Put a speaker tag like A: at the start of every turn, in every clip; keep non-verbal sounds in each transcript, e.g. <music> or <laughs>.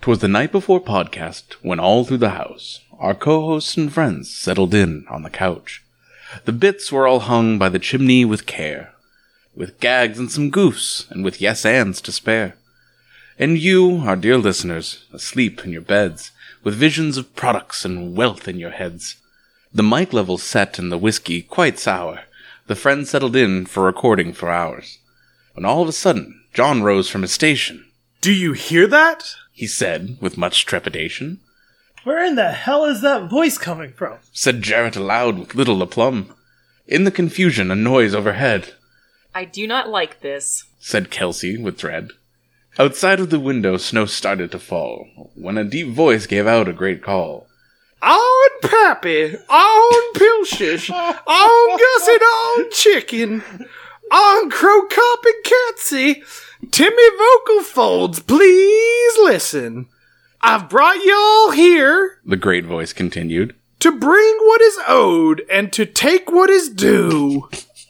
A: 'Twas the night before podcast when all through the house our co-hosts and friends settled in on the couch. The bits were all hung by the chimney with care, with gags and some goofs, and with yes ands to spare. And you, our dear listeners, asleep in your beds, with visions of products and wealth in your heads. The mic level set and the whiskey quite sour. The friends settled in for recording for hours. When all of a sudden, John rose from his station.
B: Do you hear that?
A: He said, with much trepidation,
C: Where in the hell is that voice coming from?
A: said Jarrett aloud with little aplomb. In the confusion, a noise overhead,
D: I do not like this.
A: said Kelsey with dread. Outside of the window, snow started to fall, when a deep voice gave out a great call.
B: On Pappy, on Pilshish, on Gusset, on Chicken, on Crow Cop and Catsy, Timmy Vocal Folds, please listen. I've brought y'all here
A: The great voice continued.
B: to bring what is owed and to take what is due.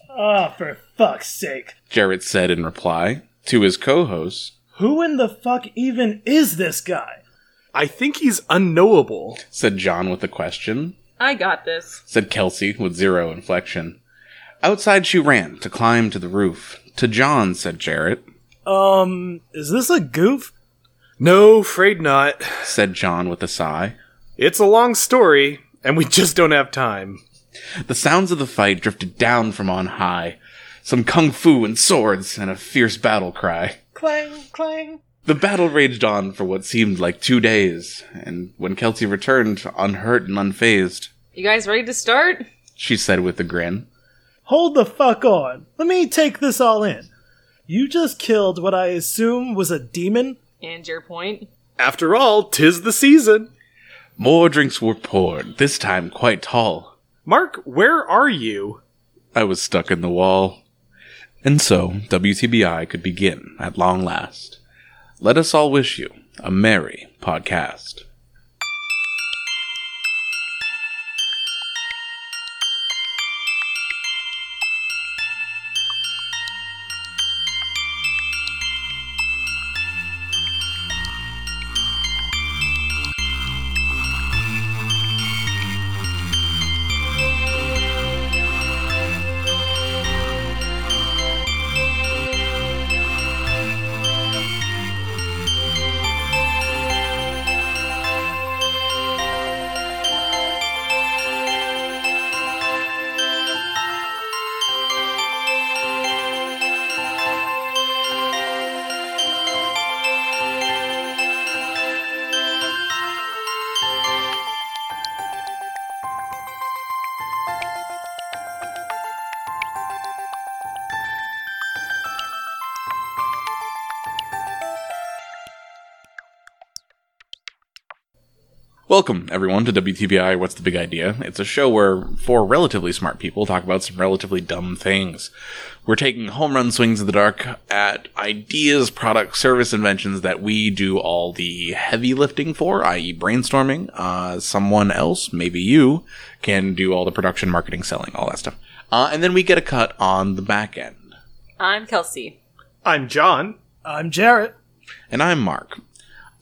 C: Ah, for fuck's sake.
A: Jarrett said in reply to his co hosts,
C: Who in the fuck even is this guy?
B: I think he's unknowable.
A: said John with a question,
D: I got this.
A: said Kelsey with zero inflection. Outside she ran to climb to the roof. To John, said Jarrett,
C: Um, is this a goof?
B: No, afraid not.
A: said John with a sigh.
B: It's a long story, and we <laughs> just don't have time.
A: The sounds of the fight drifted down from on high. Some kung fu and swords and a fierce battle cry.
C: Clang, clang.
A: The battle raged on for what seemed like two days, and when Kelsey returned, unhurt and unfazed,
D: You guys ready to start?
A: she said with a grin.
C: Hold the fuck on. Let me take this all in. You just killed what I assume was a demon?
D: And your point.
B: After all, 'tis the season.
A: More drinks were poured, this time quite tall.
B: Mark, where are you?
A: I was stuck in the wall. And so, WTBI could begin at long last. Let us all wish you a merry podcast. Welcome, everyone, to WTBI What's the Big Idea? It's a show where four relatively smart people talk about some relatively dumb things. We're taking home run swings in the dark at ideas, products, service inventions that we do all the heavy lifting for, i.e., brainstorming. Uh, someone else, maybe you, can do all the production, marketing, selling, all that stuff. Uh, and then we get a cut on the back end.
D: I'm Kelsey. <laughs>
B: I'm John. <laughs>
C: I'm Jarrett.
A: And I'm Mark.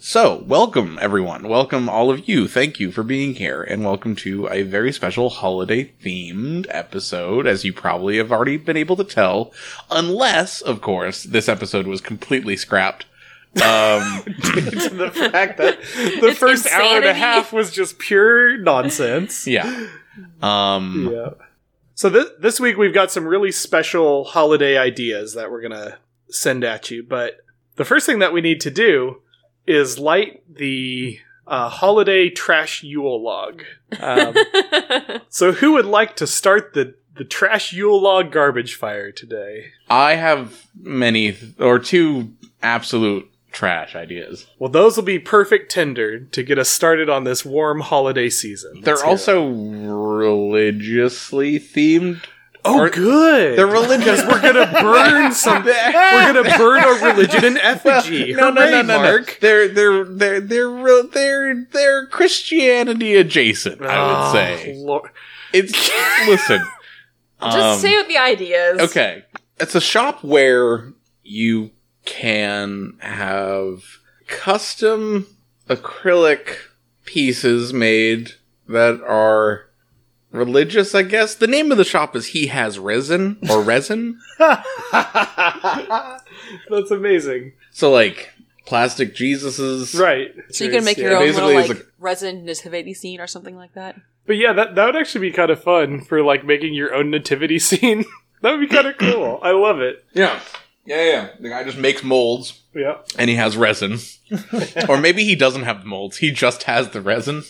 A: So, welcome everyone. Welcome all of you. Thank you for being here, and welcome to a very special holiday themed episode, as you probably have already been able to tell. Unless, of course, this episode was completely scrapped.
B: <laughs>
A: Um,
B: the fact that the
D: It's
B: first hour and a
D: insanity.
B: half was just pure
D: <laughs>
B: nonsense.
A: yeah. Um,
B: Yeah. So this this week we've got some really special holiday ideas that we're gonna send at you. But the first thing that we need to do is light the uh, holiday trash Yule log. Um, so who would like to start the the trash Yule log garbage fire today?
A: I have many, th- or two absolute trash ideas.
B: Well, those will be perfect tinder to get us started on this warm holiday season. Let's
A: They're
B: hear it.
A: also religiously themed.
B: oh
A: or-
B: good.
A: They're religious.
B: We're gonna
A: <laughs>
B: burn some. We're gonna burn a religion in effigy.
A: Well,
B: Hooray, Mark.
A: They're they're they're they're real, they're they're Christianity adjacent. I would
B: Oh,
A: say
D: <laughs>
B: Lord. <laughs>
A: it's listen. um,
D: Just say what the idea is.
A: okay. It's a shop where you can have custom acrylic pieces made that are religious, I guess. The name of the shop is He Has Resin or Resin.
B: That's amazing.
A: So like plastic Jesuses.
B: Right.
D: So you can make your
A: Yeah,
D: own
A: basically
D: little
A: it's
D: like
A: like-
D: resin nativity scene or something like that.
B: But yeah, that that would actually be kind of fun for like making your own nativity <laughs> scene. that would be kind of cool. I love it.
A: Yeah. Yeah, yeah. The guy just makes molds
D: <laughs>
B: Yeah.
A: and he has
B: <laughs>
A: resin. or maybe he doesn't have the molds. He just has the resin.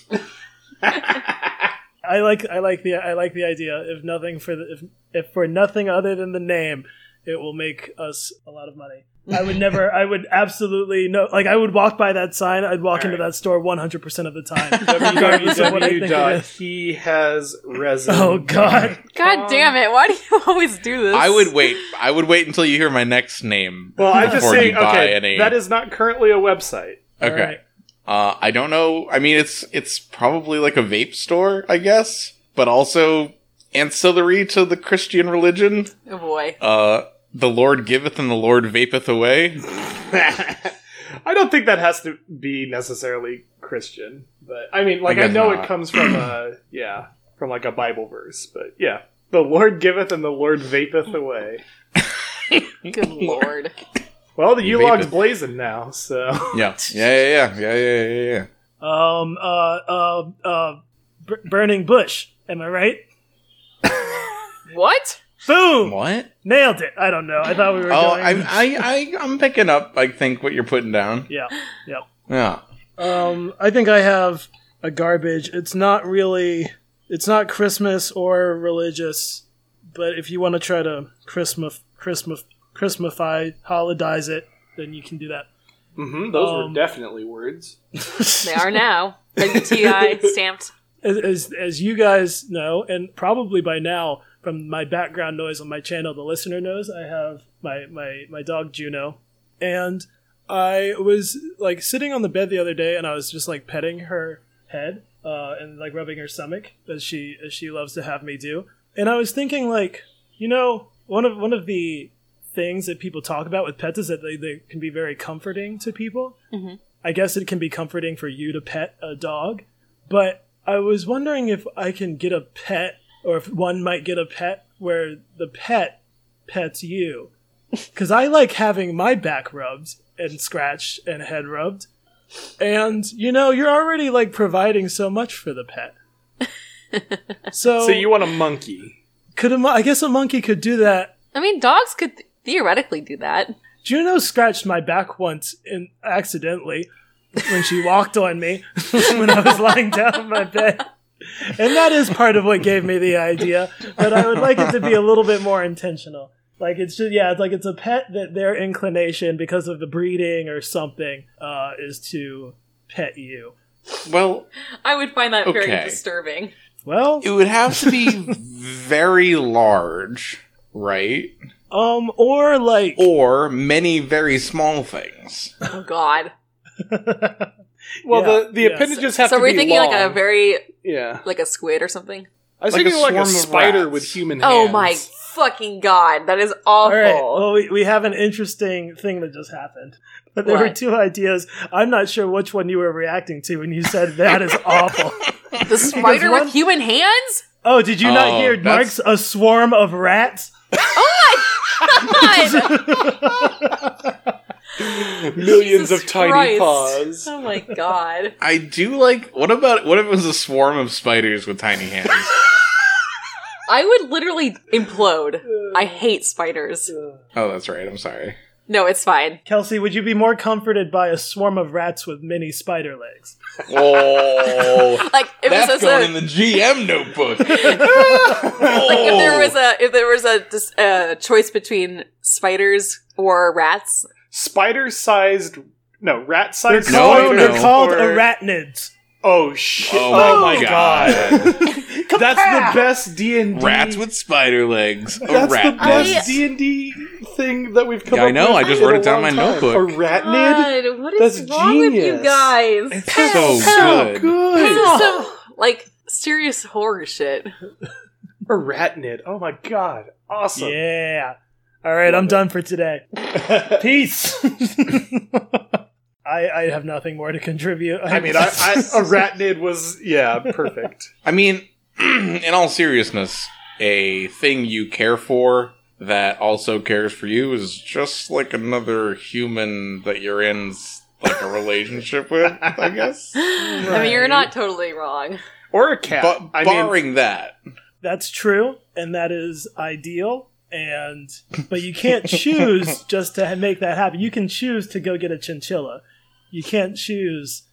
C: I like I like the I like the idea. If nothing for the, if if for nothing other than the name, it will make us a lot of money. I
A: <laughs>
C: would never. I would absolutely no. Like I would walk by that sign. I'd walk into that store one hundred percent of the
A: <laughs>
C: time. Regardless of what I think it is.
B: www.he has resin.
A: <laughs>
C: oh God!
D: God damn it! Why do you <laughs> always do this?
A: I would wait. I would wait until you hear my next name.
B: Well, I'm just
A: Before you
B: saying.
A: buy
B: Okay,
A: any-
B: that is not currently a website.
A: Okay.
C: All right.
A: Uh, I don't know. I mean, it's it's probably like a vape store, I guess, but also ancillary to the Christian religion.
D: Oh boy.
A: <laughs> Uh, the Lord giveth and the Lord vapeth away.
B: <laughs> I don't think that has to be necessarily Christian, but I mean, like
A: I
B: I,
A: guess
B: know
A: not.
B: it comes from <clears throat> a yeah, from like a Bible verse, but yeah, the Lord giveth and the Lord vapeth away.
D: Good lord.
B: Well, the U log's
A: Vapeth.
B: blazing now, <laughs> so
A: Yeah. Yeah. Yeah. Yeah. Yeah. Yeah. Yeah. yeah.
C: Um. Uh. Uh. Uh. B- burning bush. Am I right?
D: What?
C: Boom!
A: What?
C: Nailed it. I don't know. I thought we were.
A: Oh,
C: going...
A: I, I,
B: <laughs>
A: I, I'm picking up. I think what you're putting down.
C: Yeah. Yep.
A: Yeah.
C: Um, I think I have a garbage. It's not really. It's not Christmas or religious, but if you want to try to Christmas, Christmas, Christmify, holidize it, then you can do that.
B: Mhm, those
C: Um,
B: were definitely words.
D: They are now.
A: <laughs>
D: WTI stamped.
C: As, as as you guys know, and probably by now from my background noise on my channel, the listener knows I have my my my dog Juno, and I was like sitting on the bed the other day, and I was just like petting her head uh, and like rubbing her stomach as she as she loves to have me do, and I was thinking like you know one of one of the things that people talk about with pets is that they, they can be very comforting to people.
D: Mhm.
C: I guess it can be comforting for you to pet a dog, but I was wondering if I can get a pet or if one might get a pet where the pet pets you. Because I like having my back rubbed and scratched and head rubbed. And, you know, you're already like providing so much for the pet. so,
B: So you want a monkey?
C: could a mon- I guess a monkey could do that
D: I mean, dogs could theoretically do that.
C: Juno scratched my back once in accidentally when she walked on me <laughs> when I was lying down in my bed. And that is part of what gave me the idea, but I would like it to be a little bit more intentional. Like it's just yeah, it's like it's a pet that their inclination because of the breeding or something uh, is to pet you.
A: Well,
D: I would find that
A: Okay.
D: very disturbing.
C: Well,
A: it would have to <laughs> be very large, right?
C: um, or like
A: Or many very small things.
D: Oh god.
B: Well,
C: Yeah,
B: the the
C: yes.
B: appendages have
D: so
B: to
D: we're
B: be
D: thinking like a
B: long.
D: very
B: yeah.
D: like a squid or something.
B: I was
A: Like a
B: thinking like a
A: swarm of
B: spider
A: rats.
B: with human
D: Oh
B: hands.
D: my fucking god, that is awful.
C: All right. <laughs> Well, we, we have an interesting thing that just happened. But there were
D: What?
C: two ideas. I'm not sure which one you were reacting to when you said that is
B: <laughs>
C: awful.
D: the spider
C: one-
D: with human hands?
C: Oh, did you
A: Oh,
C: not hear
A: that's-
C: Mark's a swarm of rats?
D: Oh my god!
B: <laughs> Millions
D: Jesus
B: of tiny
D: Christ.
B: paws.
D: Oh my god.
A: I do like. What about what if it was a swarm of spiders with tiny hands?
D: I would literally implode. I hate spiders.
A: oh, that's right. I'm sorry.
D: No, it's fine.
C: Kelsey, would you be more comforted by a swarm of rats with many spider legs?
A: <laughs> Oh,
D: Like if it
A: that's
D: was
A: going
D: a,
A: in the GM
D: <laughs>
A: notebook. Oh.
D: like if there was a if there was a dis- uh, choice between spiders or rats,
B: Spider-sized, no, rat-sized.
A: They're called-
B: spiders
A: they're
C: They're called
B: or-
C: arachnids.
B: Oh shit!
A: Oh my god.
B: That's the best D and D.
A: Rats with spider legs. A
B: That's
A: rat.
B: the best
D: I-
B: D and D thing that we've come
A: Yeah,
B: up
A: I know,
B: with
A: I just
B: in
A: wrote
B: a
A: it down in
B: long
A: my
B: time.
A: notebook.
B: A ratnid.
D: God, what is
B: That's
D: wrong with you
B: genius.
D: guys? <laughs>
A: It's so good.
D: This
B: Good.
D: is some like serious horror shit.
B: A ratnid. Oh my god! Awesome.
C: Yeah. All right, I'm done for today. Peace. <laughs> I, I have nothing more to contribute.
B: I mean, I, I, a ratnid was yeah, perfect.
A: I mean, <clears throat> in all seriousness, a thing you care for that also cares for you is just like another human that you're in s- like a relationship with,
B: <laughs>
A: I guess.
D: I mean, you're not totally wrong.
B: Or a cat.
A: But
B: I mean,
A: barring that,
C: That's true, and that is ideal. And but
B: <laughs>
C: you can't choose just to ha- make that happen. You can choose to go get a chinchilla. You can't choose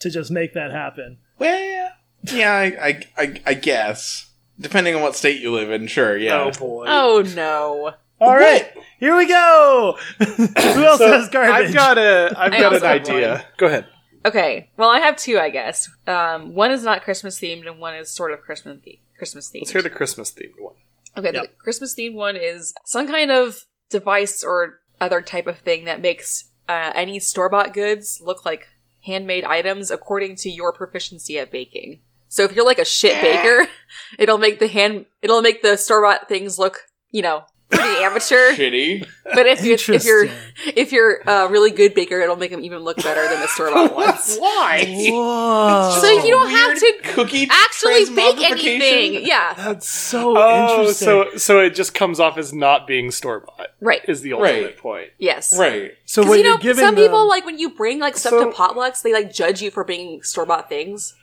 C: to just make that happen.
A: well, yeah, I, I, I, I guess depending on what state you live in, sure, yeah.
B: oh boy.
D: Oh no.
C: All right, here
B: <coughs>
C: we go. Who else
B: So,
C: has garbage?
B: I've got a. I've
D: I
B: got an
D: also have
B: idea. Go ahead.
D: Okay. Well, I have two, I guess. Um, one is not Christmas themed, and one is sort of Christmas themed. Christmas themed.
B: Let's hear the Christmas themed one.
D: Okay, the Christmas themed one is some kind of device or other type of thing that makes uh, any store bought goods look like handmade items according to your proficiency at baking. So if you're like a shit baker, <laughs> it'll make the hand it'll make the store bought things look, you know, pretty amateur.
A: Shitty.
D: but if you if you're
C: Interesting.
D: if you're a really good baker, it'll make them even look better than the store bought ones.
A: Why?
C: Whoa,
D: So you don't have
A: Weird
D: to
A: cookie
D: actually bake
A: transmogrification?
D: anything. Yeah,
C: that's so
B: Oh,
C: interesting.
B: so so it just comes off as not being store bought
D: right.
B: is the ultimate
A: Right.
B: point.
D: Yes.
A: Right.
C: so
D: Because
C: what
D: you
C: you
D: know,
C: are giving
D: some people
C: them-
D: like when you bring like stuff
B: So-
D: to potlucks, they like judge you for bringing store bought things.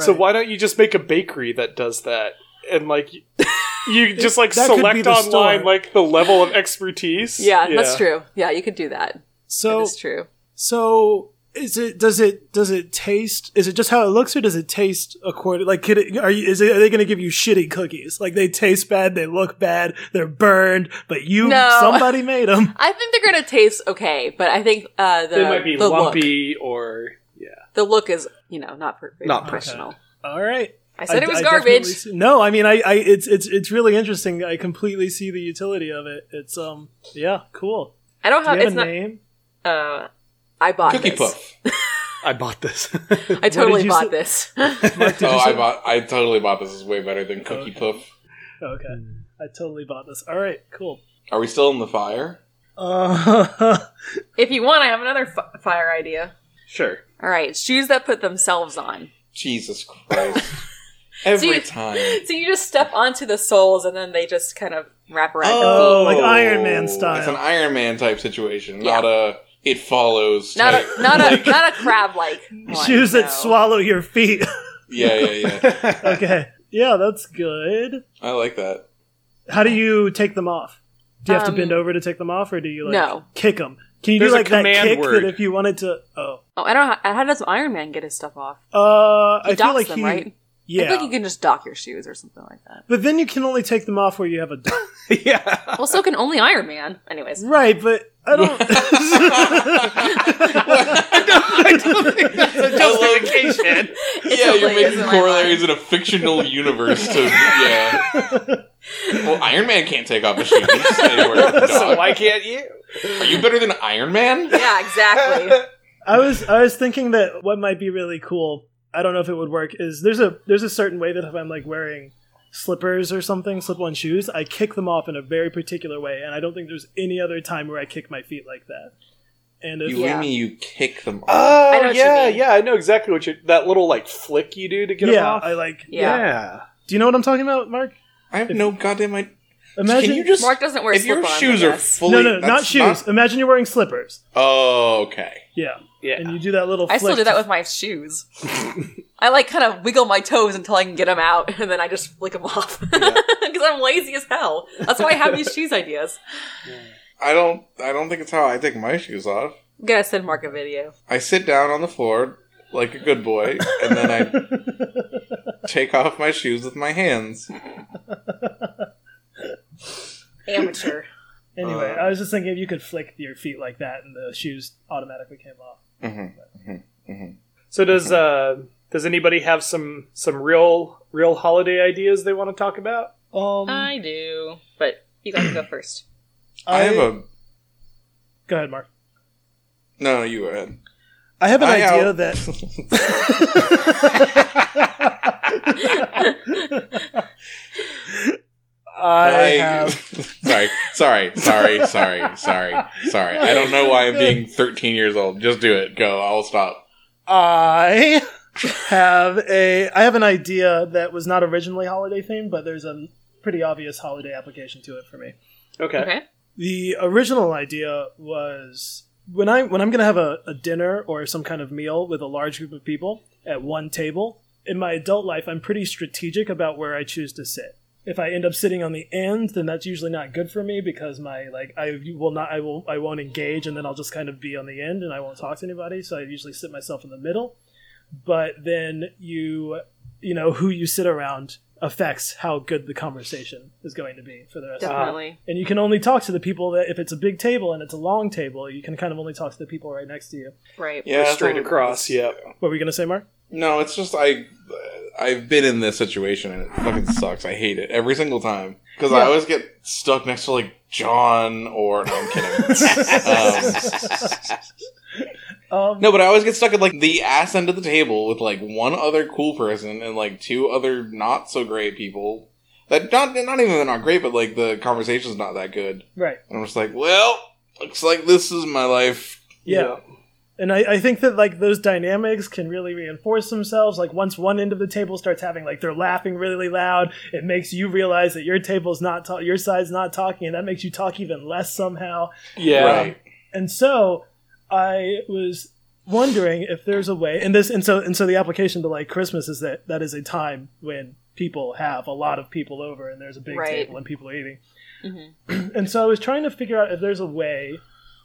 B: So
C: Right.
B: why don't you just make a bakery that does that and like y-
D: <laughs>
B: you just like
C: That could be
B: select
C: the
B: online
C: store.
B: like the level of expertise?
D: Yeah, that's true. Yeah, you could do that.
C: So
D: that's true.
C: So is it does it does it taste is it just how it looks or does it taste according like could it, are you is it, are they going to give you shitty cookies like they taste bad they look bad they're burned but you
D: No.
C: somebody made them
D: I think they're gonna taste okay, but I think uh, the
B: They might be
D: the look,
B: lumpy or yeah.
D: the look is you know not per- very
B: Not
D: professional.
C: all right
D: I said it was
C: definitely
D: garbage.
C: see- no I mean I, I it's it's it's really interesting I completely see the utility of it it's um yeah cool
D: I don't
C: do
D: have
C: you have
D: it's
C: a
D: not.
C: name
D: <laughs> Uh, I bought
A: Cookie
D: this.
A: puff.
B: I bought this. <laughs>
D: I totally
C: you
D: bought
C: say?
D: this. <laughs>
C: Mark, did you
A: oh,
C: say-
A: I bought. I totally bought this. Is way better than Cookie Puff.
C: okay I totally bought this all right cool
A: Are we still in the fire?
C: uh, <laughs>
D: if you want, I have another f- fire idea.
B: sure.
D: All right, shoes that put themselves on.
A: Jesus Christ!
D: <laughs>
A: Every
D: See-
A: time.
D: <laughs> So you just step onto the soles, and then they just kind of wrap around. your feet.
C: Oh, like Iron Man style.
A: It's an Iron Man type situation, not a it follows.
D: Not
A: type. <laughs>
D: a not a not a crab
C: <laughs>
D: like
C: shoes that swallow your feet <laughs>
A: yeah, yeah, yeah.
C: okay. Yeah, that's good.
A: I like
D: <laughs>
A: that.
C: How do you take them off? Do you have
D: Um,
C: to bend over to take them off, or do you like
D: no.
C: kick them? Can you
B: There's
C: do
B: a
C: like that
B: command
C: kick
B: word.
C: that if you wanted to? Oh,
D: Oh, I don't. Know, how does Iron Man get his stuff off?
C: uh,
D: He
C: I feel
D: docks
C: like
D: them,
C: he,
D: right? I
C: yeah.
D: feel like you can just dock your shoes or something like that.
C: but then you can only take them off where you have a dock.
B: yeah.
D: Well, so can only Iron Man. Anyways,
C: <laughs> right, but I
D: <laughs>
B: <laughs> Justification.
D: It
A: yeah, you're
D: totally is
A: making
D: in my
A: corollaries
D: mind.
A: in a fictional universe to yeah.
D: <laughs>
A: Well, Iron Man can't take off his shoes.
D: <laughs>
A: anywhere.
B: so why can't you?
A: Are you better than Iron Man?
D: <laughs>
A: <laughs>
D: Yeah, exactly.
C: I was I was thinking that what might be really cool. I don't know if it would work. Is there's a there's a certain way that if I'm like wearing slippers or something, slip on shoes, I kick them off in a very particular way, and I don't think there's any other time where I kick my feet like that. And if
A: You
D: Yeah.
A: mean you kick them
C: Uh,
A: off?
B: Oh
D: know what you
B: yeah,
D: mean.
B: yeah. I know exactly what you. That little like flick you do to get 'em
C: yeah,
B: off.
C: I like.
D: Yeah.
C: Do you know what I'm talking about, Mark?
A: I have no goddamn idea.
C: Imagine
A: Can you just
D: Mark doesn't wear
A: if your
D: slip-ons,
A: shoes
D: I
A: are
D: guess.
A: fully
C: no, no, not
A: that's
C: shoes. Imagine you're wearing slippers.
A: Oh, okay.
C: Yeah,
B: yeah.
C: and you do that little.
D: I still
C: flick
D: do that
C: to-
D: with my
C: <laughs>
D: shoes. I like kind of wiggle my toes until I can get them out, <laughs> and then I just flick them off <laughs> because I'm lazy as hell. That's why I
A: <laughs>
D: have these shoes ideas.
A: I don't. I don't think it's how I take my shoes off.
D: I'm gonna send Mark a video.
A: I sit down on the floor like a good boy, and then I take off my shoes with my hands.
D: Amateur.
C: Anyway,
A: Uh.
C: I was just thinking if you could flick your feet like that, and the shoes automatically came off.
A: Mhm.
B: So does uh does anybody have some some real real holiday ideas they want to talk about?
C: Um,
D: I do, but you gotta go first.
A: I have a
C: go ahead, Mark.
A: no. no, You go ahead.
C: I have an
A: I
C: idea
A: out- <laughs>
D: <laughs>
C: <laughs> that I
A: I-
C: have
A: <laughs> sorry, Sorry, sorry, sorry, sorry, sorry. I don't know why I'm being 13 years old. Just do it. Go. I'll stop.
C: I <laughs> have a I have an idea that was not originally holiday themed, but there's a pretty obvious holiday application to it for me.
B: Okay.
D: Okay.
C: The original idea was when I when I'm gonna have a, a dinner or some kind of meal with a large group of people at one table, in my adult life I'm pretty strategic about where I choose to sit. If I end up sitting on the end, then that's usually not good for me because my like I will not I will I won't engage and then I'll just kind of be on the end and I won't talk to anybody, so I usually sit myself in the middle. But then you you know, who you sit around affects how good the conversation is going to be for the rest of the
D: Definitely.
C: and you can only talk to the people that if it's a big table and it's a long table you can kind of only talk to the people right next to you
D: Right.
A: Yeah,
B: Straight across. Yep.
C: what were you going to say mark
A: No, it's just I. I've been in this situation and it fucking sucks. I hate it every single time because I
C: Yeah.
A: always get stuck next to like John or no, I'm kidding. um,
C: <laughs> um,
A: No, but I always get stuck at like the ass end of the table with like one other cool person and like two other not so great people. That not not even they're not great, but like the conversation's not that good.
C: right
A: And I'm just like, well, looks like this is my life.
C: yeah, and I, I think that like those dynamics can really reinforce themselves like once one end of the table starts having like they're laughing really loud it makes you realize that your table's not ta- your side's not talking and that makes you talk even less somehow
B: Yeah.
A: Right.
C: And so I was wondering if there's a way and this and so and so the application to like Christmas is that that is a time when people have a lot of people over and there's a big
D: Right.
C: table and people are eating.
D: Mhm.
C: <clears throat> And so I was trying to figure out if there's a way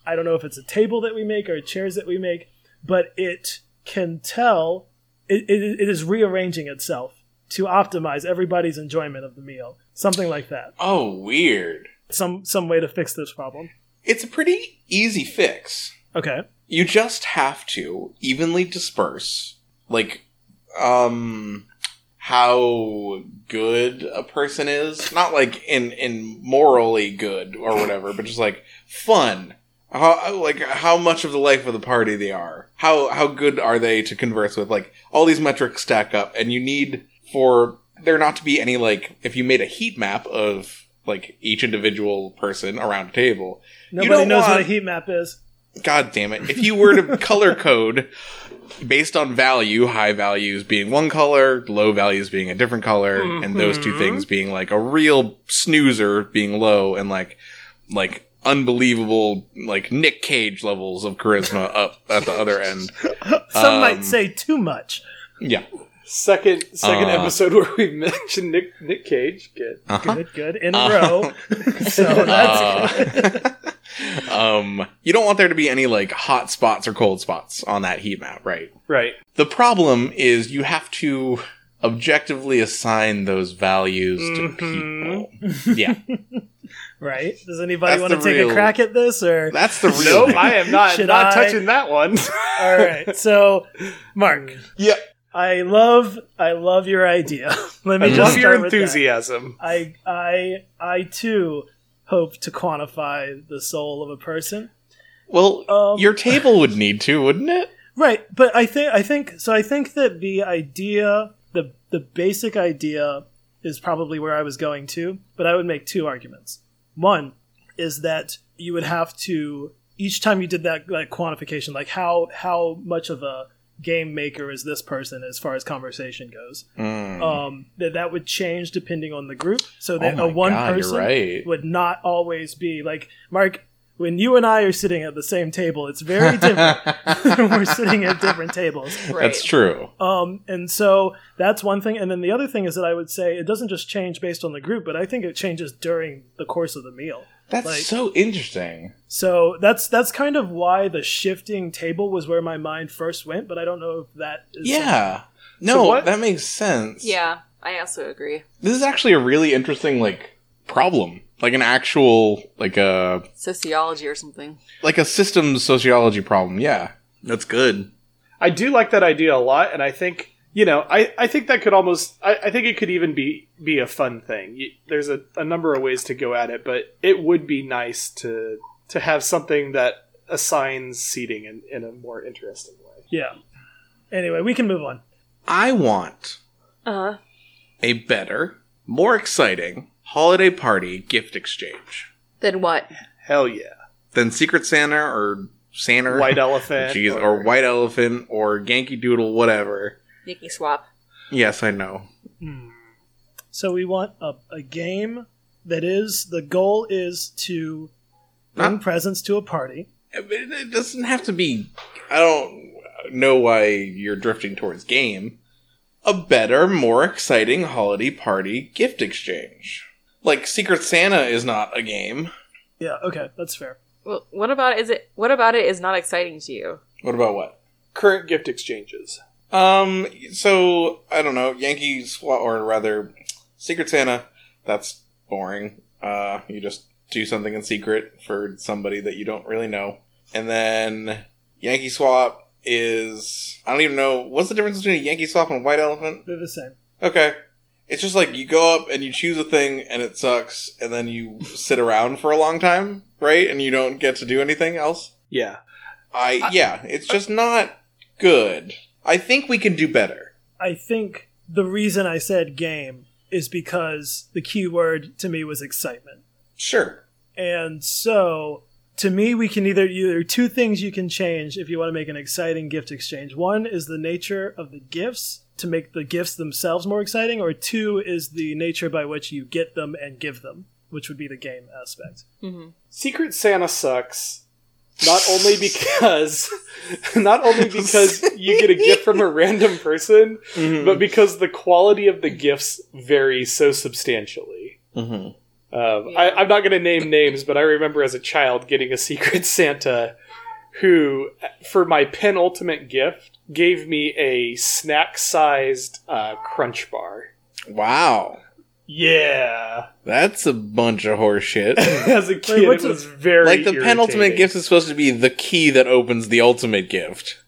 C: I don't know if it's a table that we make or chairs that we make, but it can tell it, it, it is rearranging itself to optimize everybody's enjoyment of the meal. Something like that.
A: Oh, weird.
C: Some some way to fix this problem.
A: It's a pretty easy fix.
C: Okay.
A: You just have to evenly disperse like um how good a person is. Not like in in morally good or whatever, but just like fun. How like how much of the life of the party they are. How how good are they to converse with? Like all these metrics stack up and you need for there not to be any like if you made a heat map of like each individual person around a table,
C: Nobody
A: don't
C: knows what a
A: want-
C: heat map is.
A: God damn it. If you were to color code based on value, high values being one color, low values being a different color, and those two
B: Mhm.
A: things being like a real snoozer being low and like like unbelievable like Nick Cage levels of charisma up at the other end.
C: Some
A: Um,
C: might say too much.
A: Yeah.
B: Second second
A: Uh.
B: episode <laughs> where we mentioned Nick Nick Cage. Good.
A: Uh-huh.
C: Good, good, in a
A: Uh, <laughs>
C: row. <laughs> so that's good.
A: Uh, <laughs> um you don't want there to be any like hot spots or cold spots on that heat map, right?
B: Right.
A: The problem is you have to objectively assign those values
B: Mhm.
A: to people. Yeah,
C: right. Does anybody
A: That's
C: want to
A: the
C: take
A: real-
C: a crack at this?
A: <laughs>
C: Or
A: that's the real.
B: Nope, I am not
C: Should
B: not
C: I?
B: touching
A: <laughs>
B: that one.
C: all right. So, Mark,
A: yeah,
C: I love, I love your idea. <laughs> Let me
B: I
C: just
B: love your
C: start with that.
B: enthusiasm.
C: I, I, I too hope to quantify the soul of a person.
A: Well,
C: Um,
A: your table would need to, wouldn't it?
C: Right, but I think I think so. I think that the idea, the the basic idea, is probably where I was going to. But I would make two arguments. One is that you would have to each time you did that like quantification, like how how much of a game maker is this person as far as conversation goes.
A: Mm. <laughs>
C: Um, that that would change depending on the group. So that a one person
A: right.
C: would not always be like Mark. When you and I are sitting at the same table, it's very different. we're <laughs> sitting at different tables.
D: Right.
A: That's true.
C: Um, and so that's one thing. And then the other thing is that I would say it doesn't just change based on the group, but I think it changes during the course of the meal.
A: That's
C: Like-
A: so interesting.
C: So that's that's kind of why the shifting table was where my mind first went, but I don't know if that is
A: Yeah. No,
B: So what-
A: that makes sense.
D: Yeah, I also agree.
A: This is actually a really interesting like problem, like an actual like a
D: Sociology or something.
A: like a systems sociology problem. Yeah, that's good.
B: I do like that idea a lot, and I think you know, I, I think that could almost, I, I think it could even be be a fun thing. You, there's a, a number of ways to go at it, but it would be nice to to have something that assigns seating in, in a more interesting way.
C: yeah. Anyway, we can move on.
A: I want
D: Uh,
A: a better, more exciting holiday party gift exchange.
D: Then what?
B: Hell yeah.
A: Then Secret Santa or Santa, <laughs>
B: White elephant.
A: Jeez, or White Elephant or Yankee Doodle, whatever.
D: Yankee swap.
A: Yes, I know.
C: Hmm. So we want a, a game that is the goal is to
A: Huh?
C: bring presents to a party.
A: I mean, It doesn't have to be. I don't know why you're drifting towards game. A better, more exciting holiday party gift exchange. Like Secret Santa is not a game.
C: Yeah, okay, that's fair.
D: Well, what about is it? What about it is not exciting to you?
A: What about what?
B: Current gift exchanges.
A: Um. So I don't know. Yankee Swap, or rather, Secret Santa. That's boring. Uh, you just do something in secret for somebody that you don't really know, and then Yankee Swap is I don't even know what's the difference between a Yankee Swap and a White Elephant.
C: They're the same.
A: Okay. It's just like you go up and you choose a thing and it sucks, and then you sit around for a long time, right? And you don't get to do anything else.
B: Yeah.
A: I yeah, it's just not good. I think we can do better.
C: I think the reason I said game is because the key word to me was excitement.
A: Sure.
C: And so to me we can either you there are two things you can change if you want to make an exciting gift exchange. One is the nature of the gifts to make the gifts themselves more exciting, or two is the nature by which you get them and give them, which would be the game aspect.
D: hmm
B: Secret Santa sucks. Not only because, <laughs> not only because you get a gift from a random person,
A: Mm-hmm.
B: but because the quality of the gifts varies so substantially.
A: Mhm.
B: Um,
D: Yeah.
B: I, I'm not going to name names, but I remember as a child getting a Secret Santa who, for my penultimate gift, gave me a snack sized uh, crunch bar.
A: Wow.
B: Yeah.
A: That's a bunch of <laughs> horseshit.
B: <laughs> as a kid,
C: what's
B: it
C: a-
B: was very.
A: like the penultimate
B: irritating.
A: gift is supposed to be the key that opens the ultimate gift.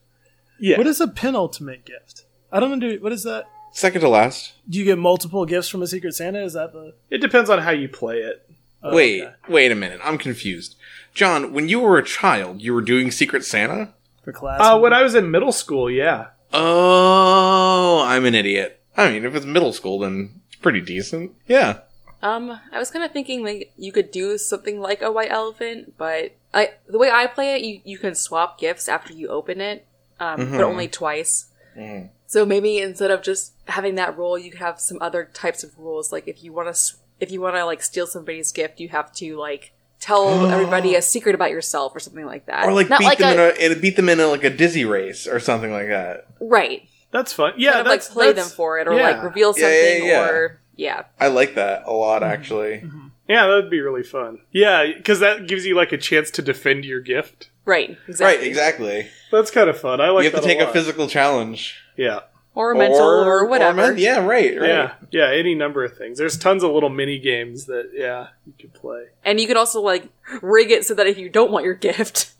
B: Yeah.
C: What is a penultimate gift? I don't do what is that?
A: Second to last.
C: Do you get multiple gifts from a Secret Santa? Is that the
B: It depends on how you play it.
C: Oh,
A: wait,
C: okay.
A: wait a minute. I'm confused. John, when you were a child, you were doing Secret Santa?
C: for class?
B: Uh, when I was in middle school, yeah.
A: Oh, I'm an idiot. I mean, if it's middle school, then it's pretty decent. Yeah.
D: Um, I was kind of thinking like you could do something like a white elephant, but I the way I play it, you you can swap gifts after you open it, um,
A: Mhm.
D: but only twice.
A: Mm.
D: So maybe instead of just having that rule, you could have some other types of rules. Like if you want to, if you want to like steal somebody's gift, you have to like
A: <gasps>
D: tell everybody a secret about yourself or something like that.
A: Or like
D: Not
A: beat
D: like
A: them
D: a,
A: in a it beat them in a, like a dizzy race or something like that.
D: right.
B: That's fun. Yeah,
D: kind of like
B: that's,
D: play them
B: that's-
D: for it or
B: yeah.
D: like reveal
A: Yeah,
D: something
A: yeah, yeah.
D: or yeah.
A: I like that a lot actually.
D: Mm-hmm.
B: Yeah, that'd be really fun. Yeah, because that gives you like a chance to defend your gift.
D: Right, exactly.
A: Right, exactly.
B: That's kind of fun. I like.
A: you have to
B: that
A: take a,
B: lot.
A: physical challenge.
B: Yeah,
D: Or mental or, whatever.
A: men- yeah, right, right.
B: yeah, yeah. Any number of things. There's tons of little mini games that yeah you can play.
D: And you could also like rig it so that if you don't want your <laughs> gift,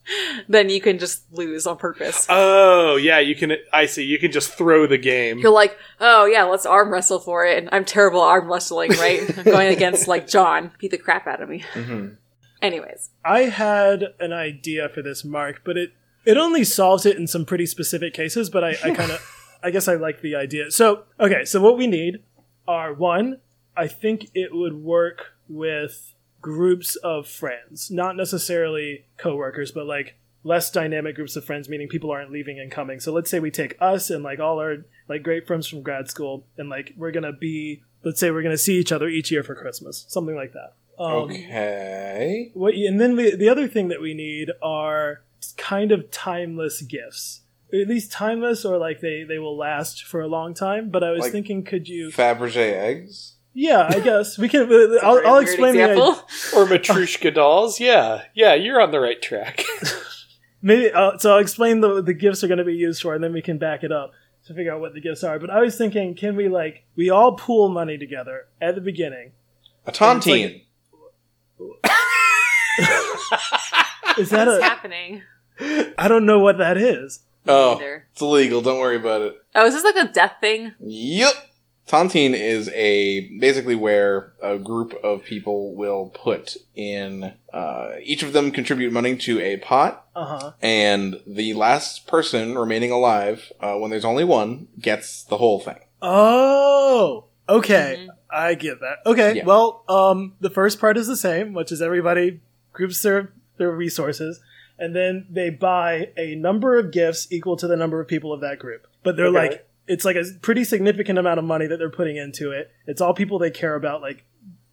D: then you can just lose on purpose.
B: Oh yeah, you can. I see. You can just throw the game.
D: You're like, oh yeah, let's arm wrestle for it. And I'm terrible at arm wrestling, right? I'm going against like John, beat the crap out of me.
A: Mhm.
D: Anyways,
C: I had an idea for this mark, but it it only solves it in some pretty specific cases. But I, I kind of, I guess I like the idea. So okay, so what we need are one. I think it would work with groups of friends, not necessarily coworkers, but like less dynamic groups of friends, meaning people aren't leaving and coming. So let's say we take us and like all our like great friends from grad school, and like we're gonna be, let's say we're gonna see each other each year for Christmas, something like that. Um,
A: Okay.
C: what you, and then we, the other thing that we need are kind of timeless gifts at least timeless or like they they will last for a long time but i was
A: Like-
C: thinking could you
A: Fabergé eggs.
C: yeah i guess we can uh, i'll,
D: Very
C: I'll
D: weird
C: explain the idea.
D: <laughs> example.
B: Or Matryoshka dolls. Yeah, yeah. You're on the
A: <laughs>
B: right track.
C: maybe uh, so i'll explain the, the gifts are going to be used for and then we can back it up to figure out what the gifts are but i was thinking can we like we all pool money together at the beginning
A: A tontine.
C: is
D: <laughs>
C: that
D: What's
C: a
D: happening?
C: i don't know what that is
A: oh,
D: Neither.
A: it's illegal. Don't worry about it.
D: Oh, is this like a death thing?
A: Yep. Tontine is a basically where a group of people will put in. Uh, each of them contribute money to a pot,
C: uh-huh
A: and the last person remaining alive, uh, when there's only one, gets the whole thing.
C: oh okay I get that. Okay,
A: Yeah.
C: well, um, the first part is the same, which is everybody groups their their resources, and then they buy a number of gifts equal to the number of people of that group. But they're
B: Okay.
C: like it's like a pretty significant amount of money that they're putting into it. It's all people they care about like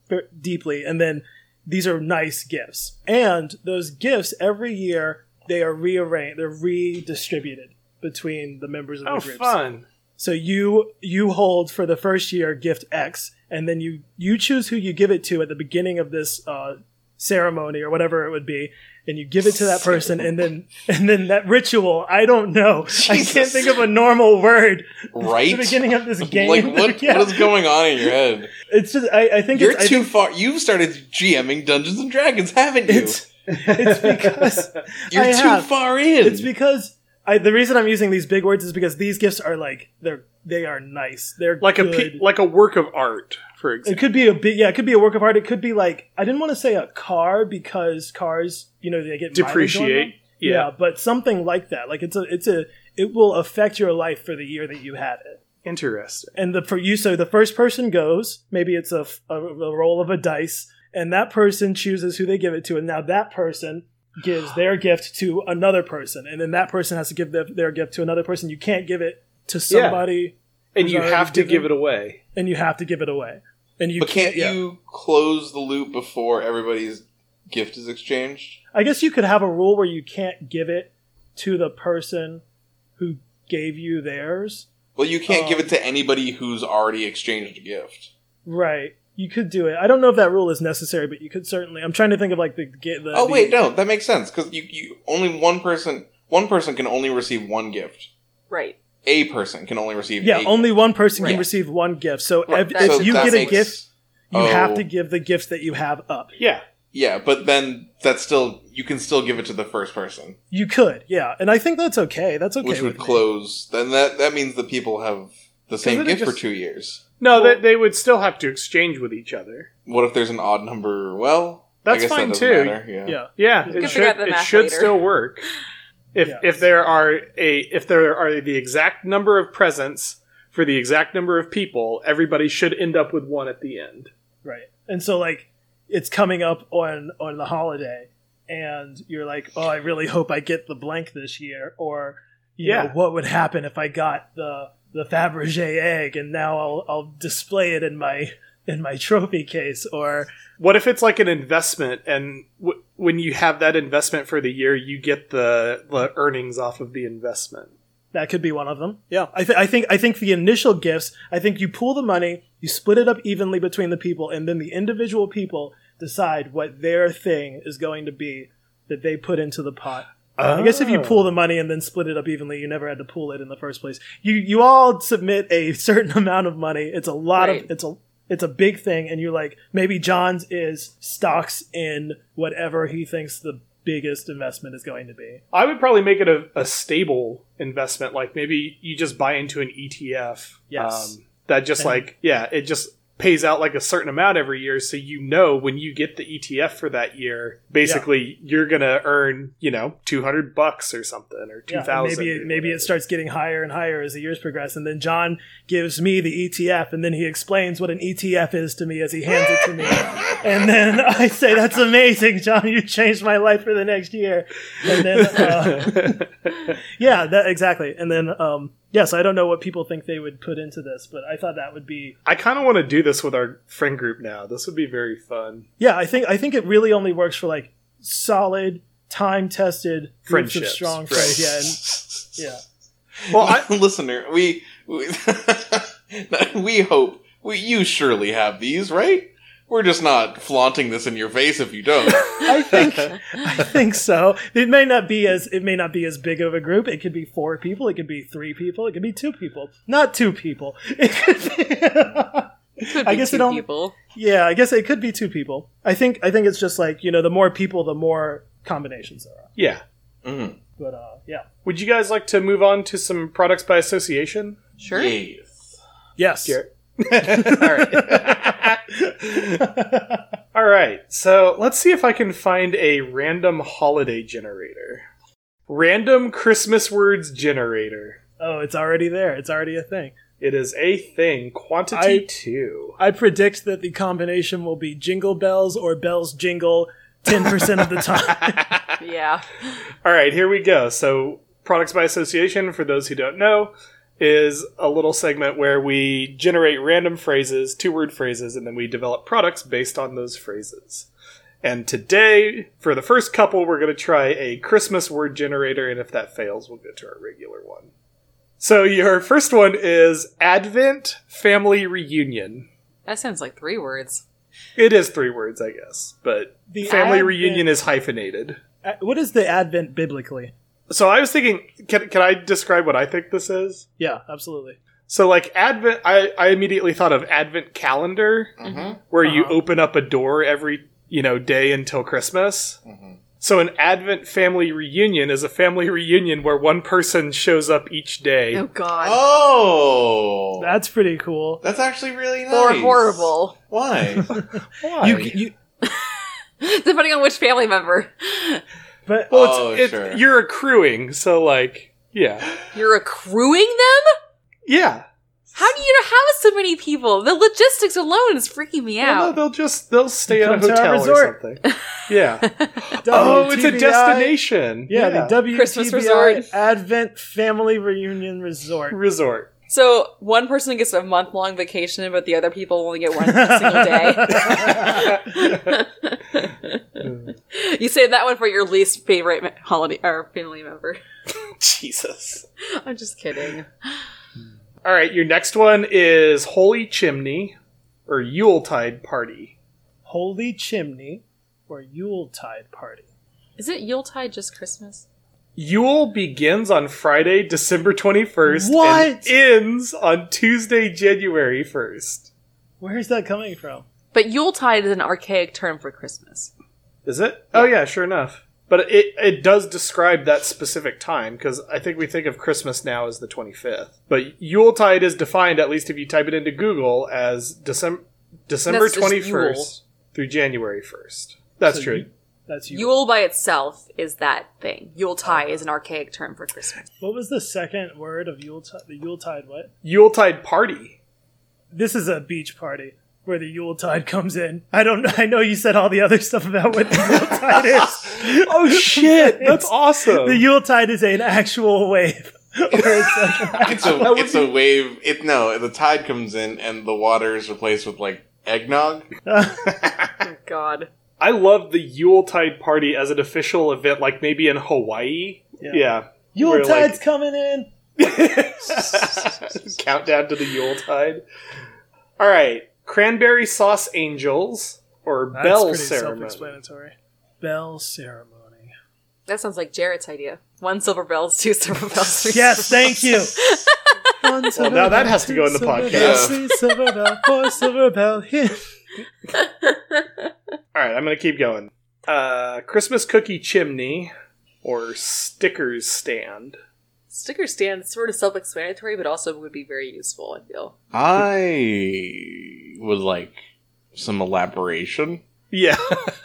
C: ver- deeply, and then these are nice gifts. And those gifts every year they are rearranged, they're redistributed between the members of
B: Oh,
C: the groups.
B: fun.
C: So you you hold for the first year gift X, and then you you choose who you give it to at the beginning of this uh, ceremony or whatever it would be, and you give it to that person, and then <laughs> and then that ritual. I don't know. I can't
E: Jesus.
C: think of a normal word.
E: Right?
C: At the beginning of
A: <laughs>
C: this
E: <laughs>
C: game.
E: Like what?
C: <laughs> Yeah.
E: What is going on in your head?
C: It's just I, I think
E: You're
C: it's, I
E: too far. You've started GMing Dungeons and Dragons, haven't you?
C: It's-
E: <laughs>
C: it's because
E: You're
C: I
E: too
C: have.
E: far in.
C: It's because I, the reason I'm using these big words is because these gifts are like they're they are nice. They're
B: Like a
C: good.
B: pe- like a work of art, for
C: It
B: example.
C: could be a bit, yeah. It could be a work of art. It could be like I didn't want to say a car because cars, you know, they get mileage on them.
B: Depreciate.
C: Yeah.
B: Yeah.
C: but something like that. Like it's a, it's a, it will affect your life for the year that you had it.
B: Interesting.
C: And the for you, so the first person goes. Maybe it's a, f- a- a roll of a dice, and that person chooses who they give it to, and now that person gives their gift to another person, and then that person has to give their, their gift to another person. You can't give it to
B: Yeah.
C: somebody,
B: And
C: Was
B: you
C: already
B: have to
C: given?
B: give it away.
C: and you have to give it away. And you
E: but can't
C: yeah.
E: you close the loop before everybody's gift is exchanged?
C: I guess you could have a rule where you can't give it to the person who gave you theirs.
E: Well, you can't give
C: Um,
E: it to anybody who's already exchanged a gift.
C: Right. You could do it. I don't know if that rule is necessary, but you could certainly. I'm trying to think of like the get the.
E: Oh
C: the-
E: wait, no, that makes sense because you, you only one person one person can only receive one gift.
D: Right.
E: A person can only receive
C: Yeah,
E: a
C: only one person
E: Right.
C: can receive one gift. So
E: Right,
C: if,
D: that's-
E: so
C: if you
E: that
C: get
E: makes-
C: a gift, you
E: oh,
C: have to give the gift that you have up.
B: Yeah.
E: Yeah, but then that's still you can still give it to the first person,
C: You could, yeah, and I think that's okay. That's okay.
E: which would
C: with me.
E: close. Then that that means the people have the same
B: then it
E: gift for
B: just-
E: two years.
B: No, they, they would still have to exchange with each other.
E: What if there's an odd number? Well, I
B: That's
E: guess
B: fine,
E: that doesn't
B: too.
E: Matter. Yeah.
C: Yeah,
B: Yeah,
C: can
B: it
D: figure out
B: should
D: the
B: it
D: math
B: should
D: later.
B: still work. If
C: Yeah.
B: if there are a if there are the exact number of presents for the exact number of people, everybody should end up with one at the end.
C: right. And so like, it's coming up on on the holiday, and you're like, oh, I really hope I get the blank this year, or you
B: Yeah.
C: know, what would happen if I got the the Fabergé egg, and now I'll I'll display it in my in my trophy case, or
B: What if it's like an investment, and w- when you have that investment for the year, you get the the earnings off of the investment?
C: That could be one of them. Yeah, I, th- I think I think the initial gifts. I think you pool the money, you split it up evenly between the people, and then the individual people decide what their thing is going to be that they put into the pot. I guess if you pool the money and then split it up evenly, you never had to pool it in the first place. You you all submit a <laughs> certain amount of money. It's a lot
D: Right.
C: of it's a it's a big thing, and you're like maybe John's is stocks in whatever he thinks the biggest investment is going to be.
B: I would probably make it a, a stable investment. Like maybe you just buy into an E ETF.
C: Yes.
B: um, that just
C: And-
B: like yeah, it just pays out like a certain amount every year, so you know when you get the ETF for that year, basically you're gonna earn you know two hundred bucks or something or two
C: Yeah, and
B: thousand.
C: maybe it, maybe it starts getting higher and higher as the years progress, and then John gives me the ETF, and then he explains what an ETF is to me as he hands
B: <laughs>
C: it to me, and then I say, "That's amazing, John! You changed my life for the next year." And then,
B: <laughs>
C: uh, yeah, that exactly. And then, um, yes, I don't know what people think they would put into this, but I thought that would be
B: <laughs> I kind of want to do this with our friend group now. This would be very fun.
C: yeah. I think I think it really only works for like solid, time tested,
B: Friendships,
C: strong
B: right.
C: friends. Yeah, and, yeah.
B: Well,
E: <laughs>
B: I,
E: listener, we we, <laughs> we hope we, you surely have these, right? We're just not flaunting this in your face if you don't.
B: <laughs>
C: I think I think so. It may not be as it may not be as big of a group. It could be four people. It could be three people. It could be two people. Not two people. It could be. <laughs>
D: It could be
C: I guess
D: two
C: it only-
D: people.
C: yeah, I guess it could be two people. I think I think it's just like you know, the more people, the more combinations there are.
B: yeah.
E: Mhm.
C: But uh, yeah,
B: Would you guys like to move on to some products by association?
D: Sure.
E: Yes.
C: yes,
B: Garrett. All right. <laughs> All right. So let's see if I can find a random holiday generator. Random Christmas words generator.
C: Oh, it's already there. It's already a thing.
B: It is a thing. Quantity
C: I-
B: two.
C: I predict that the combination will be jingle bells or bells jingle 10% of the time. <laughs>
D: Yeah.
B: All right, here we go. So, Products by Association, for those who don't know, is a little segment where we generate random phrases, two word phrases, and then we develop products based on those phrases. And today, for the first couple, we're going to try a Christmas word generator, and if that fails, we'll go to our regular one. So, your first one is Advent Family Reunion.
D: That sounds like three words.
B: It is three words, I guess, but
C: The
B: family
C: Advent-
B: reunion is hyphenated.
C: Uh, What is the Advent biblically?
B: So I was thinking, can, can I describe what I think this is?
C: Yeah, absolutely.
B: So like Advent, I, I immediately thought of Advent calendar,
E: Mhm.
D: Mm-hmm.
B: where you
C: Uh-huh.
B: open up a door every you know day until Christmas.
E: Mm-hmm.
B: So an Advent family reunion is a family <laughs> reunion where one person shows up each day.
D: Oh God.
E: Oh,
C: That's pretty cool.
E: that's actually really nice.
D: Or horrible, <laughs>
B: <laughs>
E: Why?
B: Why?
C: You, you,
D: depending on which family member.
C: but
B: well, it's,
E: Oh,
B: it-
E: sure.
B: you're accruing, so like yeah,
D: You're accruing them.
B: yeah.
D: How do you have so many people? The logistics alone is freaking me
B: Well, no,
D: out.
B: they'll just they'll stay at a
C: Come to
B: hotel
C: our
B: or
C: resort.
B: something.
C: <laughs>
B: Yeah. oh, it's a
C: WTBI
B: destination.
C: Yeah, the WTBI
D: Christmas resort.
C: Advent Family Reunion Resort.
B: resort.
D: So one person gets a month long vacation, but the other people only get
B: <laughs>
D: one single day. you say that one for your least favorite me- holiday or family member. <laughs>
B: Jesus.
D: I'm just kidding.
B: All right, your next one is Holy Chimney or Yuletide Party.
C: <laughs> Holy Chimney or Yuletide Party.
D: Is it Yuletide just Christmas?
B: Yule begins on Friday, December 21st and
C: What?
B: ends on Tuesday, January 1st.
C: Where's that coming from?
D: But Yuletide is an archaic term for Christmas.
B: Is it? Oh yeah, sure enough. But it it does describe that specific time cuz I think we think of Christmas now as the 25th. But Yuletide is defined at least if you type it into Google as Decem- December
D: That's just
B: 21st through January 1st. That's
C: So
B: true.
C: you- That's you.
D: Yule by itself is that thing. Yuletide is an archaic term for Christmas.
C: What was the second word of Yuletide? The Yuletide what?
B: Yuletide Party.
C: This is a beach party where the Yuletide comes in. I don't. I know you said all the other stuff about what the Yuletide is.
B: <laughs> Oh
C: <laughs>
B: shit, that's awesome.
C: The Yuletide is an actual wave. <laughs> Where it's like-
E: it's a it's a wave. It no, the tide comes in and the water is replaced with like eggnog.
D: Oh God.
B: I love the Yuletide party as an official event, like maybe in Hawaii.
C: Yeah. <laughs>
B: Yeah.
C: Yuletide's coming in.
B: Countdown to the Yuletide. All right. Cranberry Sauce Angels or
C: That's
B: Bell
C: pretty
B: Ceremony.
C: self-explanatory. Bell ceremony.
D: That sounds like Jarrett's idea. One silver bells, two silver bells. Three
C: Yes, thank you. <laughs> One silver
B: now that
C: bell,
B: has to
C: two
B: go in the
C: silver
B: podcast.
C: bells, three silver bell, four silver bell. here.
B: All right. I'm going to keep going. Uh, Christmas Cookie Chimney or Stickers Stand.
D: Sticker stand sort of self-explanatory, but also would be very useful. I feel.
E: I would like some
D: <laughs>
E: elaboration.
B: <laughs> Yeah.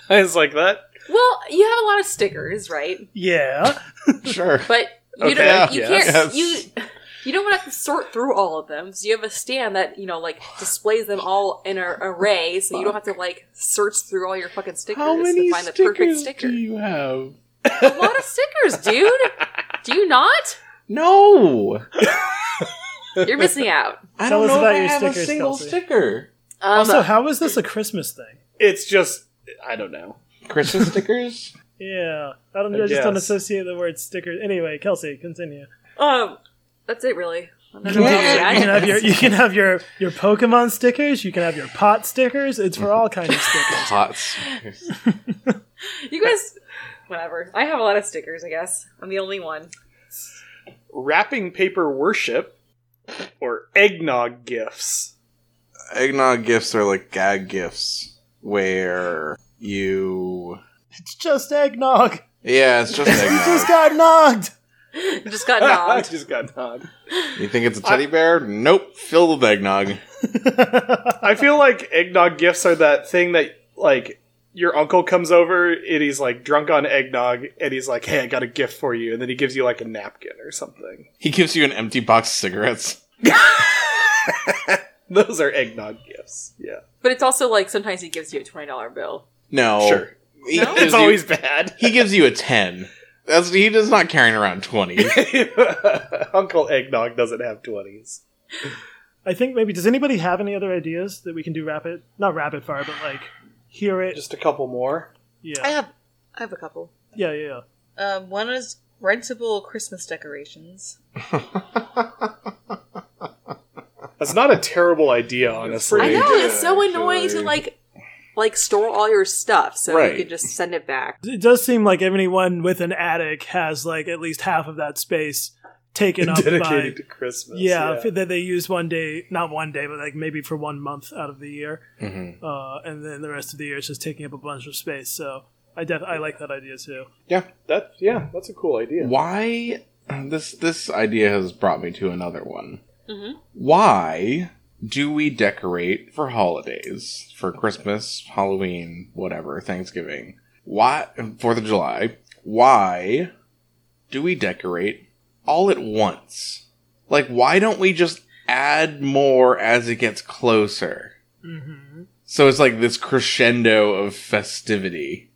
B: I was like that.
D: Well, you have a lot of stickers, right?
C: Yeah.
E: Sure.
D: But you
B: Okay,
D: don't. You
B: yes.
D: can't.
E: Yes.
D: You you don't want to sort through all of them. So you have a stand that you know, like, displays them all in an array, so you don't have to like search through all your fucking stickers
E: How many
D: to find the perfect
E: stickers
D: sticker.
E: do you have?
D: a lot of stickers, dude. Do you not?
E: No,
D: You're missing out.
E: I
C: Tell
E: don't
C: us
E: know
C: about
E: if I
C: your
E: have a
C: stickers,
E: single
C: Kelsey.
E: sticker.
D: Um,
C: Also, how is this a Christmas thing?
B: It's just, I don't know.
E: Christmas
D: <laughs>
E: stickers.
C: Yeah. I don't.
B: I
C: I, just don't
B: guess.
C: associate the word sticker. Anyway, Kelsey, <laughs> continue.
D: um, that's it, really.
C: You can, have, you can have your you can have your your Pokemon stickers. You can have your pot stickers. It's for all kinds of stickers.
E: Hot stickers.
D: <laughs> You guys, whatever. I have a lot of stickers. I guess I'm the only one.
B: Wrapping Paper Worship or Eggnog Gifts.
E: Eggnog gifts are like gag gifts where you.
C: <laughs> It's just eggnog.
E: Yeah, it's
D: <laughs>
E: just
C: You
E: eggnog.
C: just got nogged.
D: Just
B: <laughs>
D: got
B: I
D: knocked.
B: just got knocked.
E: You think it's a teddy bear? Nope, filled with eggnog.
B: I feel like eggnog gifts are that thing that like your uncle comes over and he's like drunk on eggnog and he's like, "Hey, I got a gift for you," and then he gives you like a napkin or something. <laughs>
E: He gives you an empty box of cigarettes.
B: Those are eggnog gifts. Yeah.
D: But it's also like sometimes he gives you a twenty dollar bill.
E: No.
B: Sure.
E: He
D: No?
E: gives
B: It's
E: you-
B: always bad. <laughs>
E: he gives you a ten. That's he does not carrying around twenty.
B: Uncle Eggnog doesn't have 20s.
C: I think maybe does anybody have any other ideas that we can do rapid not rapid fire, but like hear it
B: Just a couple more.
D: I
C: yeah.
D: have, I have a couple.
C: Yeah, yeah, yeah.
D: Um, one is rentable Christmas decorations.
B: That's not a terrible idea, honestly.
D: I
E: pretty-
D: know
E: Yeah,
D: it's so annoying
E: actually.
D: to like, like store all your stuff so
E: Right.
D: you can just send it back.
C: It does seem like anyone with an attic has like at least half of that space taken <laughs> up by
B: Dedicated to Christmas.
C: yeah, f- that they use one day, not one day, but like maybe for one month out of the year,
E: Mhm.
B: Mm-hmm.
C: uh, and then the rest of the year is just taking up a bunch of space. So I def- I like that idea too.
B: That, yeah, that's a cool idea.
A: Why this this idea has brought me to another one.
D: Mhm.
A: Why do we decorate for holidays? For Christmas, Halloween, whatever, Thanksgiving. Why Fourth of July? Why do we decorate all at once? Like why don't we just add more as it gets closer?
C: Mm-hmm.
A: So it's like this crescendo of festivity.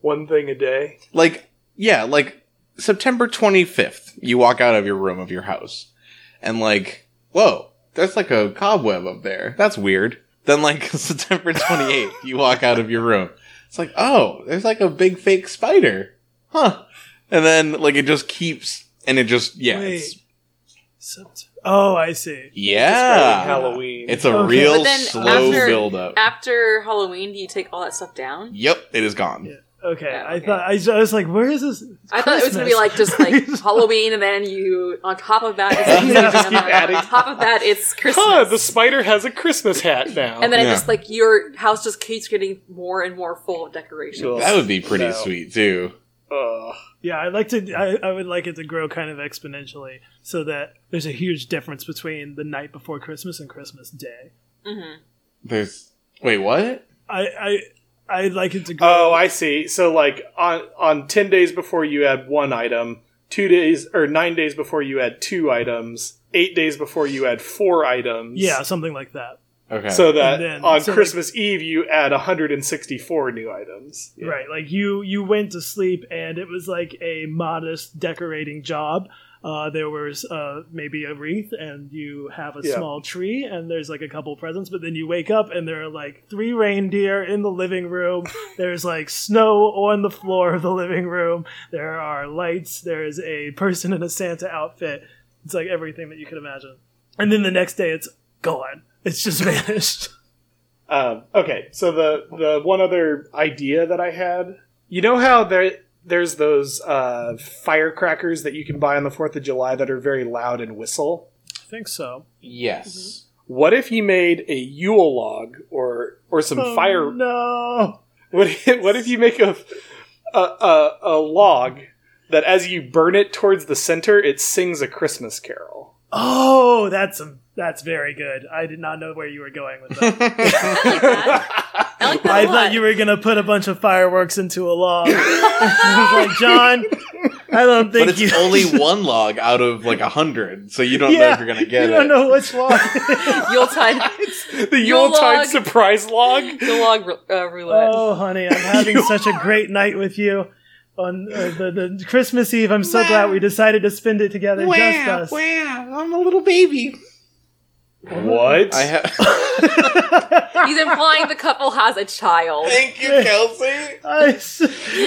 B: One thing a day.
A: like yeah like september 25th you walk out of your room of your house and like whoa there's like a cobweb up there that's weird then like <laughs> september 28th you walk out of your room it's like oh there's like a big fake spider huh and then like it just keeps and it just yeah it's,
C: oh, I see.
B: Describing
A: yeah
B: Halloween.
A: it's a
C: Okay.
A: real
D: But then
A: slow
D: after-
A: build up
D: After Halloween, do you take all that stuff down?
A: yep it is gone
C: Yeah. Okay,
D: Yeah,
C: I
D: okay.
C: thought I, was- I was like, where is this?
D: I thought it was gonna be like
C: Christmas.
D: just
C: <laughs>
D: like Halloween, and then you on top of that, it's
B: Yeah,
D: Christmas,
B: just
D: and then
B: keep adding.
D: on top of that, it's Christmas,
B: Huh, the spider has a Christmas hat now.
D: and then it
A: Yeah.
D: just like your house just keeps getting more and more full of decorations.
B: Cool.
A: that would be pretty
B: No.
A: sweet too
B: Ugh.
C: Yeah, I like to. I, I would like it to grow kind of exponentially, so that there's a huge difference between the night before Christmas and Christmas Day.
D: hmm
A: there's wait what
C: I I I like it to grow.
B: Oh, I see. So like on on ten days before you add one item, two days or nine days before you add two items, eight days before you add four items.
C: yeah, something like that.
A: okay
B: So that
C: And then-
B: on
C: so, like-
B: Christmas Eve you add 164 new items. Yeah.
C: Right, like you you went to sleep and it was like a modest decorating job. Uh, there was uh, maybe a wreath and you have a
B: Yeah.
C: small tree and there's like a couple presents, but then you wake up and there are like three reindeer in the living <laughs> room. There's like snow on the floor of the living room. There are lights. There is a person in a Santa outfit. It's like everything that you could imagine. And then the next day it's gone. It's just <laughs> vanished.
B: Um, okay, so the the one other idea that I had, you know how there there's those uh, firecrackers that you can buy on the Fourth of July that are very loud and whistle.
C: I think so.
A: yes
B: What if you made a Yule log or or some
C: Oh,
B: fire?
C: No.
B: <laughs> What if, what if you make a, a a a log that as you burn it towards the center, it sings a Christmas carol? <laughs>
C: Oh, that's a, that's very good. I did not know where you were going with that.
D: I like that. I like that
C: I
D: a lot.
C: thought you were gonna put a bunch of fireworks into a log. <laughs> I was like, John, I don't think
E: But it's <laughs>
C: you <laughs>
E: only one log out of like a hundred, so you don't know
C: Yeah,
E: if you're gonna get
C: you
E: it.
C: don't know which log.
E: <laughs>
D: Yuletide,
B: The
D: Yule
B: Yuletide
D: log.
B: surprise log.
D: the log ru- uh, roulette.
C: <laughs> oh, honey, I'm having such a great night with you on uh, the, the Christmas Eve. I'm so glad we decided to spend it together, just us.
E: wow, I'm a little baby.
B: What?
A: i
C: <laughs>
A: have
D: He's implying the couple has a child.
E: Thank you, Kelsey.
C: I'm so,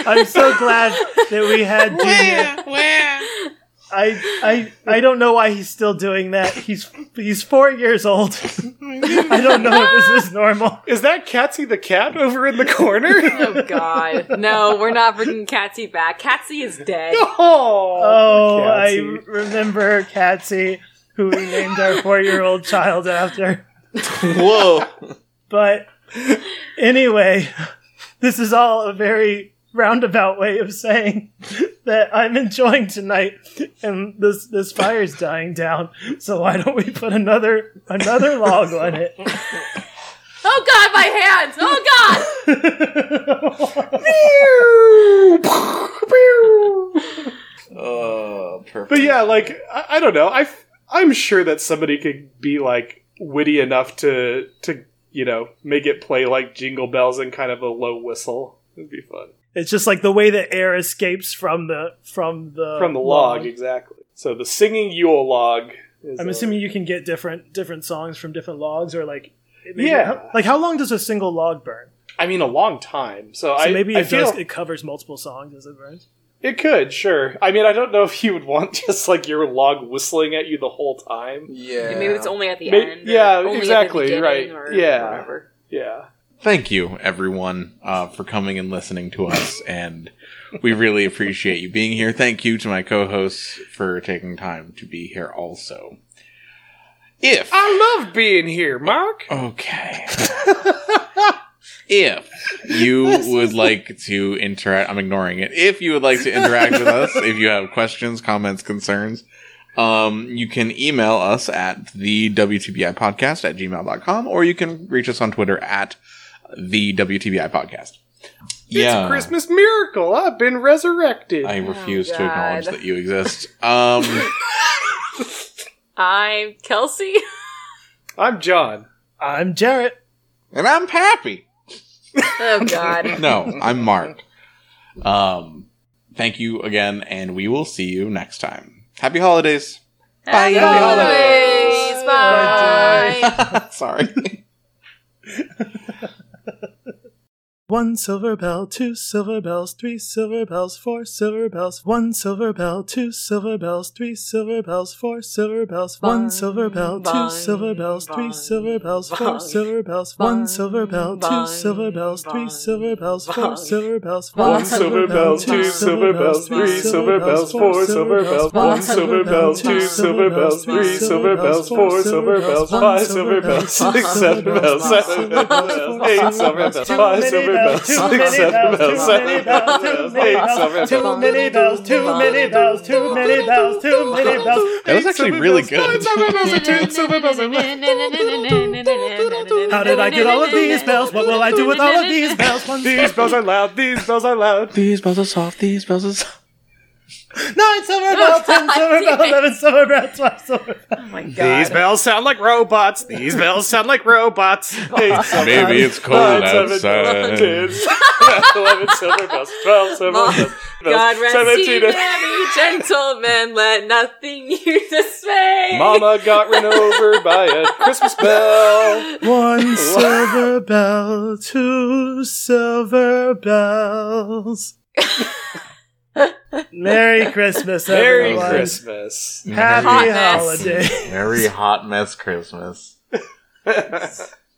C: I'm so glad that we had Junior.
E: Wow, wow.
C: I, I I don't know why he's still doing that. He's he's four years old. <laughs> I don't know if this is normal.
B: Is that Catsy the cat over in the corner? <laughs>
D: Oh God! No, we're not bringing Catsy back. Catsy is dead.
B: oh,
C: <laughs> Oh, I
B: Catsy.
C: remember Catsy, who we named our four-year-old child after.
E: Whoa.
C: But anyway, this is all a very roundabout way of saying that I'm enjoying tonight, and this this fire's dying down. So why don't we put another another log on it? <laughs>
D: Oh God, my hands! Oh
E: Oh, perfect.
B: But yeah, like I, I don't know. I I'm sure that somebody could be like witty enough to to you know make it play like Jingle Bells and kind of a low whistle.
E: It'd be fun.
C: It's just like the way the air escapes from the from the
B: from the log, exactly. So the singing Yule log. Is uh,
C: I'm
B: a-
C: assuming you can get different different songs from different logs, or like maybe-
B: Yeah.
C: like how long does a single log burn?
B: I mean, a long time. So,
C: So
B: I
C: maybe
B: I
C: it
B: feel
C: does it covers multiple songs as it burns.
B: it could sure. I mean, I don't know if you would want <laughs> just like your log whistling at you the whole time.
E: Yeah.
D: Maybe it's only at the
B: May-
D: end. or
B: yeah,
D: only at the
B: exactly,
D: beginning
B: right.
D: Or
B: Yeah.
D: Whatever.
B: Yeah,
A: Thank you, everyone, uh, for coming and listening to us, and we really appreciate you being here. Thank you to my co-hosts for taking time to be here, also. If
B: I love being here, Mark.
A: Okay. <laughs> if you would like to interact, I'm ignoring it. If you would like to interact with us, if you have questions, comments, concerns, um, you can email us at the WTBI podcast at gmail.com or you can reach us on Twitter at the WTBI podcast.
B: It's a Christmas miracle. I've been resurrected.
A: I refuse
D: Oh,
A: to acknowledge
D: God.
A: that you exist. Um,
D: I'm Kelsey.
B: I'm John.
C: I'm Jarrett.
A: and I'm happy.
D: <laughs> Oh <laughs> God.
A: no, I'm Mark. Um, thank you again, and we will see you next time. Happy holidays. Bye.
D: Happy holidays. Bye.
A: <laughs> Sorry.
C: One silver bell, two silver bells, three silver bells, four silver bells, one silver bell, two silver bells, three silver bells, four silver bells, one
D: Bang,
C: silver bell, two
D: bang,
C: silver bells, three
D: bang,
C: silver bells, four
D: bang,
C: silver bells,
D: bang,
C: one silver bell, two
D: bang,
C: silver bells, three
D: bang,
C: silver bells,
D: bang.
C: four silver bells,
D: One silver
B: bell, two silver bells, three silver bells, four silver bells, one silver bell, two silver bells, three silver bells, four silver bells, five silver bells, six silver bells, seven bells, eight silver bells, five silver bells, six silver bells, seven bells, eight silver bells.
D: Too many bells, too many bells, too many bells,
C: too many bells.
A: That was actually really good.
D: How
C: How did I get all of these bells? What will I do with all of these bells? One,
B: These <laughs> bells are loud, these bells are loud.
A: These bells are soft. These bells are soft.
C: nine silver bells, ten silver bells, eleven silver bells, twelve silver bells.
D: Oh my
B: These
D: God.
B: bells sound like robots, these bells sound like <laughs> robots. Eight silver
A: Maybe it's cold outside.
B: 11 <laughs> silver bells, 12 silver
D: Mom,
B: bells,
D: God rest ye
B: 17
D: merry gentlemen, let nothing you dismay.
B: Mama got run over by a Christmas bell.
C: One silver bell, two silver bells. <laughs> Merry Christmas,
B: Merry
C: everyone.
B: Christmas. <laughs>
C: Happy
D: Hot mess.
C: holidays.
A: Very hot mess Christmas.